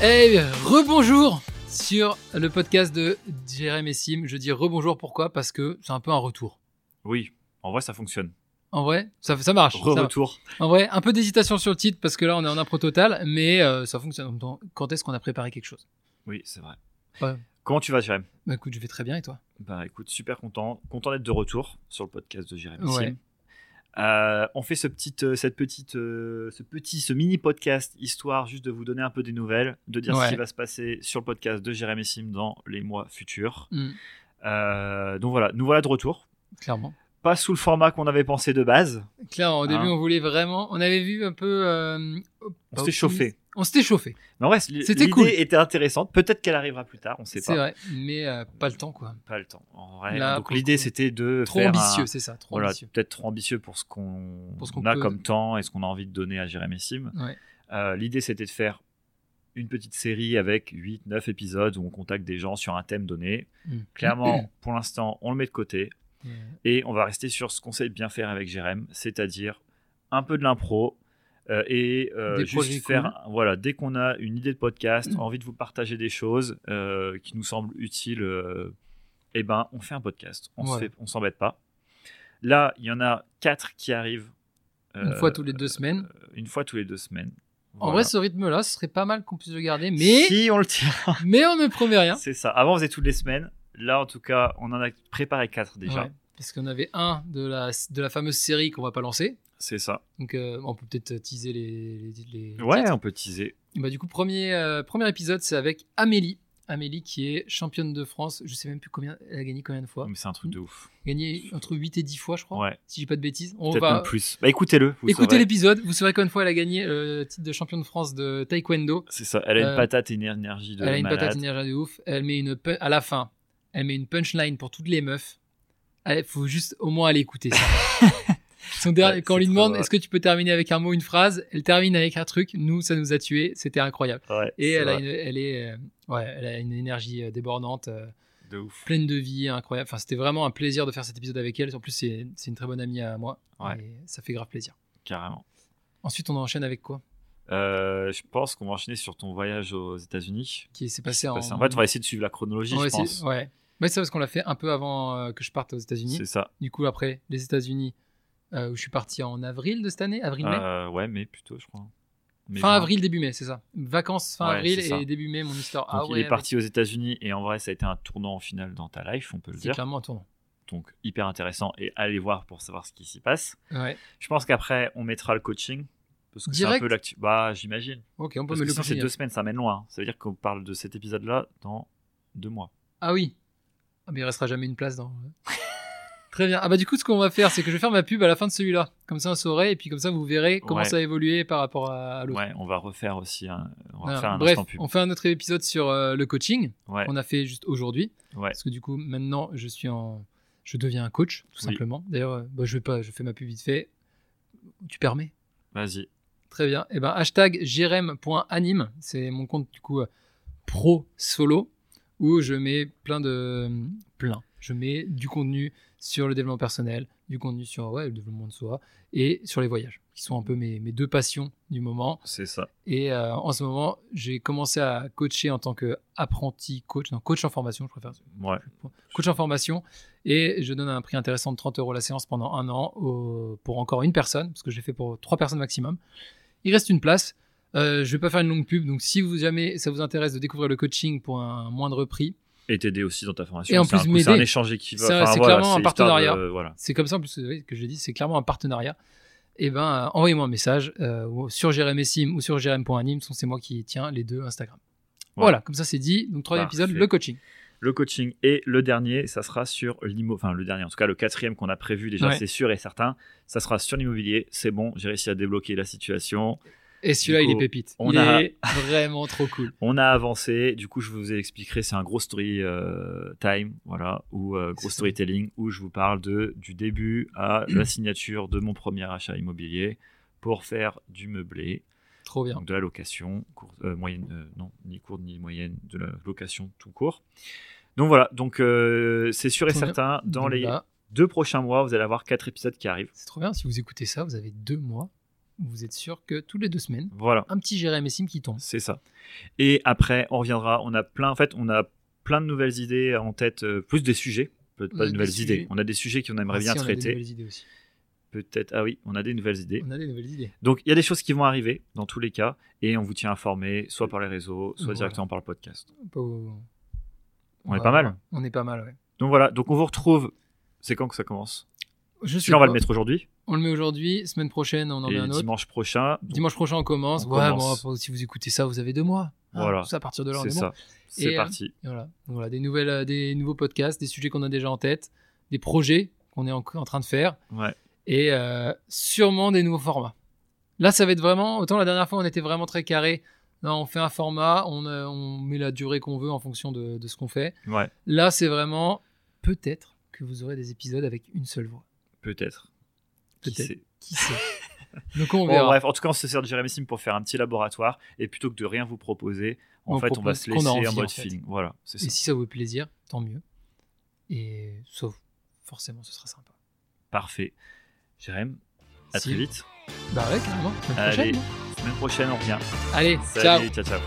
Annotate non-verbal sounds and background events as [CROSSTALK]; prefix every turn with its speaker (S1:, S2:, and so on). S1: Hey, Eh rebonjour sur le podcast de Jérém et Sim. Je dis rebonjour pourquoi Parce que c'est un peu un retour.
S2: Oui, en vrai, ça fonctionne.
S1: En vrai, ça, ça marche. Ah, ça va.
S2: Re-retour.
S1: En vrai, un peu d'hésitation sur le titre parce que là on est en impro total, mais euh, ça fonctionne. En même temps, Quand est-ce qu'on a préparé quelque chose
S2: Oui, c'est vrai.
S1: Ouais.
S2: Comment tu vas, Jérém
S1: Bah écoute, je vais très bien et toi
S2: Bah écoute, super content. Content d'être de retour sur le podcast de Jérém. Sim.
S1: Ouais.
S2: Euh, on fait ce petit, euh, cette petite, euh, ce petit, ce mini podcast histoire juste de vous donner un peu des nouvelles, de dire
S1: Ouais.
S2: ce qui va se passer sur le podcast de Jérém et Sim dans les mois futurs.
S1: Mm,
S2: Euh, donc voilà, nous voilà de retour.
S1: Clairement.
S2: Pas sous le format qu'on avait pensé de base.
S1: Clairement, au début
S2: Hein
S1: on voulait vraiment. On avait vu un peu. euh,
S2: On
S1: pas
S2: s'est
S1: optimiste.
S2: chauffé.
S1: On s'était chauffé,
S2: Mais en vrai, l-
S1: C'était
S2: l'idée
S1: cool.
S2: était intéressante. Peut-être qu'elle arrivera plus tard, on sait
S1: c'est
S2: pas.
S1: vrai, mais euh, pas le temps quoi.
S2: Pas le temps. En vrai.
S1: Là,
S2: Donc
S1: pour
S2: l'idée
S1: le coup,
S2: c'était de
S1: Trop
S2: faire un-
S1: ambitieux, c'est ça, trop
S2: voilà,
S1: ambitieux.
S2: peut-être trop ambitieux pour ce qu'on
S1: Pour ce qu'on
S2: a
S1: peut.
S2: comme temps et ce qu'on a envie de donner à Jérémy Sim.
S1: Ouais.
S2: Euh, L'idée, c'était de faire une petite série avec 8, 9 épisodes où on contacte des gens sur un thème donné.
S1: Mm. [CLEARS THROAT]
S2: Clairement, pour l'instant, on le met de côté
S1: Ouais.
S2: et on va rester sur ce qu'on sait bien faire avec Jérém, c'est-à-dire un peu de l'impro. euh, et euh,
S1: Des projets
S2: juste faire, voilà, dès qu'on a une idée
S1: [CLEARS THROAT]
S2: de podcast, envie de vous partager des choses euh, qui nous semblent utiles, euh, eh ben, on fait un podcast. On se
S1: Voilà.
S2: fait- on s'embête pas. Là, il y en a quatre qui arrivent.
S1: Une
S2: euh,
S1: fois tous les deux semaines.
S2: Une fois tous les deux semaines.
S1: En
S2: Voilà.
S1: vrai, ce rythme-là, ce serait pas mal qu'on puisse le garder, mais,
S2: si on le tient,
S1: mais on ne promet rien.
S2: c'est ça. Avant, on faisait toutes les semaines. Là, en tout cas, on en a préparé quatre [LAUGHS] déjà.
S1: Ouais, parce qu'on avait un de la, de la fameuse série qu'on va pas lancer.
S2: C'est ça.
S1: Donc euh, on peut peut-être teaser les, les, les- les
S2: Ouais,
S1: titres.
S2: on peut teaser.
S1: Et Bah, du coup, premier, euh, premier épisode, c'est avec Amélie. Amélie qui est championne de France. Je sais même plus combien elle a gagné combien de fois.
S2: Mais c'est un truc de ouf.
S1: Gagné entre 8 et 10 fois, je crois.
S2: Mm. Ouais.
S1: Si j'ai pas de bêtises. On
S2: Peut-être
S1: va
S2: même plus. Bah, écoutez-le. vous
S1: écouter
S2: saurez.
S1: l'épisode. Vous saurez combien de fois elle a gagné euh, le titre de championne de France de taekwondo.
S2: C'est ça. Elle a une
S1: Euh,
S2: patate et une énergie de
S1: Elle a une
S2: malade.
S1: patate énergie de ouf. Elle met une pu- à la fin, elle met une punchline pour toutes les meufs. Il faut juste au moins aller écouter ça. Son dernier-
S2: Ouais,
S1: quand on
S2: c'est
S1: lui
S2: trop
S1: demande
S2: vrai.
S1: est-ce que tu peux terminer avec un mot, une phrase, elle termine avec un truc. Nous, ça nous a tués. C'était incroyable.
S2: Ouais,
S1: Et
S2: c'est
S1: elle a,
S2: vrai.
S1: une, elle, est, euh, ouais, elle a une énergie euh, débordante, euh,
S2: de ouf.
S1: pleine de vie, incroyable. Enfin, c'était vraiment un plaisir de faire cet épisode avec elle. En plus, c'est c'est une très bonne amie à moi.
S2: Ouais.
S1: Et ça fait grave plaisir.
S2: Carrément.
S1: Ensuite, on enchaîne avec quoi
S2: Euh, je pense qu'on va enchaîner sur ton voyage aux États-Unis.
S1: Qui s'est
S2: Qui
S1: passé
S2: s'est
S1: Bah, en.
S2: passé- En fait, on va essayer de suivre la chronologie,
S1: Ouais,
S2: je
S1: c'est-
S2: pense.
S1: Ouais. Ouais, c'est parce qu'on l'a fait un peu avant euh, que je parte aux États-Unis.
S2: C'est ça.
S1: Du coup, après, les États-Unis, euh, où je suis parti en avril de cette année, avril-mai.
S2: Euh, ouais, mais plutôt, je crois. Mais
S1: fin
S2: bon.
S1: avril, début mai, c'est ça. Vacances fin
S2: Ouais,
S1: avril
S2: c'est ça.
S1: et début mai, mon histoire.
S2: Donc,
S1: ah
S2: il
S1: ouais,
S2: est parti aux États-Unis et en vrai, ça a été un tournant au final dans ta life, on peut le
S1: mais C'est
S2: dire.
S1: clairement un tournant.
S2: Donc, hyper intéressant et allez voir pour savoir ce qui s'y passe.
S1: Ouais.
S2: Je pense qu'après, on mettra le coaching. Parce que c'est un
S1: Direct
S2: peu l'actu. Bah, j'imagine.
S1: Ok, on peut
S2: Parce
S1: me
S2: que
S1: le
S2: sinon, c'est
S1: continuer.
S2: deux semaines, ça mène loin. Ça veut dire qu'on parle de cet épisode-là dans deux mois.
S1: Ah oui. Ah, mais il restera jamais une place dans. euh. [LAUGHS] Très bien. Ah bah du coup, ce qu'on va faire, c'est que je vais faire ma pub à la fin de celui-là. Comme ça, on saurait, et puis comme ça, vous verrez comment
S2: Ouais.
S1: ça a évolué par rapport à, à l'autre.
S2: Ouais, on va refaire aussi un, on va
S1: Voilà.
S2: faire un
S1: Ah, Bref,
S2: instant pub.
S1: on fait un autre épisode sur euh, le coaching
S2: Ouais,
S1: qu'on a fait juste aujourd'hui.
S2: ouais.
S1: Parce que du coup, maintenant, je suis en, je deviens un coach, tout
S2: Oui.
S1: simplement. D'ailleurs, euh, bah, je vais pas, je fais ma pub vite fait. Tu permets
S2: Vas-y.
S1: Très bien. Et ben, hashtag jrem.anime, c'est mon compte du coup euh, pro solo où je mets plein de plein. Je mets du contenu sur le développement personnel, du contenu sur ouais, le développement de soi et sur les voyages, qui sont un peu mes, mes deux passions du moment.
S2: C'est ça.
S1: Et euh, en ce moment, j'ai commencé à coacher en tant qu'apprenti coach, non, coach en formation, je préfère
S2: Ouais.
S1: coach en formation et je donne un prix intéressant de 30 euros la séance pendant un an au- pour encore une personne parce que je l'ai fait pour trois personnes maximum il reste une place Euh, je vais pas faire une longue pub donc si vous jamais ça vous intéresse de découvrir le coaching pour un moindre prix
S2: Et t'aider aussi dans ta formation.
S1: Et en
S2: C'est un
S1: plus,
S2: coup- c'est un
S1: m'aider.
S2: échange qui va.
S1: C'est un-
S2: enfin,
S1: c'est
S2: voilà,
S1: clairement un
S2: c'est histoire
S1: partenariat.
S2: de- voilà.
S1: c'est comme ça en plus oui, que je l'ai dit c'est clairement un partenariat et ben euh, envoyez-moi un message euh, ou- sur Jérém et Sim ou sur jérém.anime c'est moi qui tiens les deux Instagram
S2: Ouais.
S1: voilà comme ça c'est dit donc troisième
S2: Parfait.
S1: épisode le coaching
S2: Le coaching et le dernier, ça sera sur l'immo. Enfin, le dernier, en tout cas, le quatrième qu'on a prévu déjà,
S1: Ouais.
S2: c'est sûr et certain. Ça sera sur l'immobilier. C'est bon, j'ai réussi à débloquer la situation.
S1: et celui-là il
S2: coup,
S1: est pépite
S2: on
S1: il
S2: a-
S1: est [LAUGHS] vraiment trop cool
S2: On a avancé. Du coup, je vous expliquerai. C'est un gros story euh, time, voilà, ou euh, gros
S1: C'est ça.
S2: storytelling, où je vous parle de du début à
S1: [CLEARS THROAT]
S2: la signature de mon premier achat immobilier pour faire du meublé.
S1: trop bien
S2: donc de la location, cour- euh, moyenne, euh, non, ni courte ni moyenne, de la location tout court. Donc voilà, donc euh, c'est sûr et
S1: Trop bien.
S2: certain, dans
S1: Donc
S2: les
S1: là,
S2: deux prochains mois, vous allez avoir quatre épisodes qui arrivent.
S1: c'est trop bien si vous écoutez ça vous avez deux mois vous êtes sûr que tous les deux semaines,
S2: Voilà,
S1: un petit Jérém et Sim qui tombe.
S2: c'est ça. Et après, on reviendra. On a plein, en fait, on a plein de nouvelles idées en tête, euh, plus des sujets, peut-être
S1: On
S2: pas
S1: a
S2: de
S1: des
S2: nouvelles
S1: sujets.
S2: idées. On a des sujets qu'on aimerait
S1: Ah,
S2: bien
S1: si, on a des
S2: traiter.
S1: nouvelles idées aussi.
S2: Peut-être, ah oui, on a des nouvelles idées.
S1: On a des nouvelles idées.
S2: Donc, il y a des choses qui vont arriver dans tous les cas, et on vous tient informé, soit par les réseaux, soit
S1: Voilà.
S2: directement par le podcast.
S1: Pas- On,
S2: On est
S1: va-
S2: pas mal.
S1: On est pas mal, ouais.
S2: Donc voilà, donc on vous retrouve. C'est quand que ça commence
S1: Je sais
S2: Celui-là, on va
S1: pas.
S2: le mettre aujourd'hui.
S1: On le met aujourd'hui. Semaine prochaine, on en met
S2: Et
S1: un autre.
S2: dimanche prochain. donc,
S1: Dimanche prochain, on commence.
S2: On
S1: ouais,
S2: commence.
S1: bon, si vous écoutez ça, vous avez deux mois. Hein,
S2: Voilà.
S1: tout ça, à partir de là, on
S2: c'est
S1: est bon.
S2: ça. C'est
S1: euh,
S2: parti.
S1: Et Voilà. Donc voilà, des nouvelles, euh, des nouveaux podcasts, des sujets qu'on a déjà en tête, des projets qu'on est en, en train de faire,
S2: Ouais.
S1: et euh, sûrement des nouveaux formats. Là, ça va être vraiment. Autant la dernière fois, on était vraiment très carré. Là, on fait un format, on, euh, on met la durée qu'on veut en fonction de, de ce qu'on fait.
S2: Ouais.
S1: Là, c'est vraiment peut-être que vous aurez des épisodes avec une seule voix.
S2: Peut-être. Qui
S1: Peut-être.
S2: sait.
S1: Qui sait [LAUGHS] Donc on
S2: Bon,
S1: verra.
S2: bref, en tout cas, on se sert de Jérémy Sim pour faire un petit laboratoire. Et plutôt que de rien vous proposer, en
S1: On
S2: fait, on va
S1: propose
S2: se
S1: ce qu'on
S2: laisser
S1: a envie,
S2: en
S1: en
S2: mode
S1: fait.
S2: feeling. Voilà, c'est
S1: Et
S2: ça.
S1: si ça vous fait plaisir, tant mieux. Et sauf, forcément, ce sera sympa.
S2: Parfait. Jérémy, à
S1: Si-
S2: très vite.
S1: Bah ouais, carrément. Semaine
S2: Allez.
S1: prochaine,
S2: Semaine prochaine, on revient.
S1: Allez, ciao.
S2: Salut, ciao, ciao.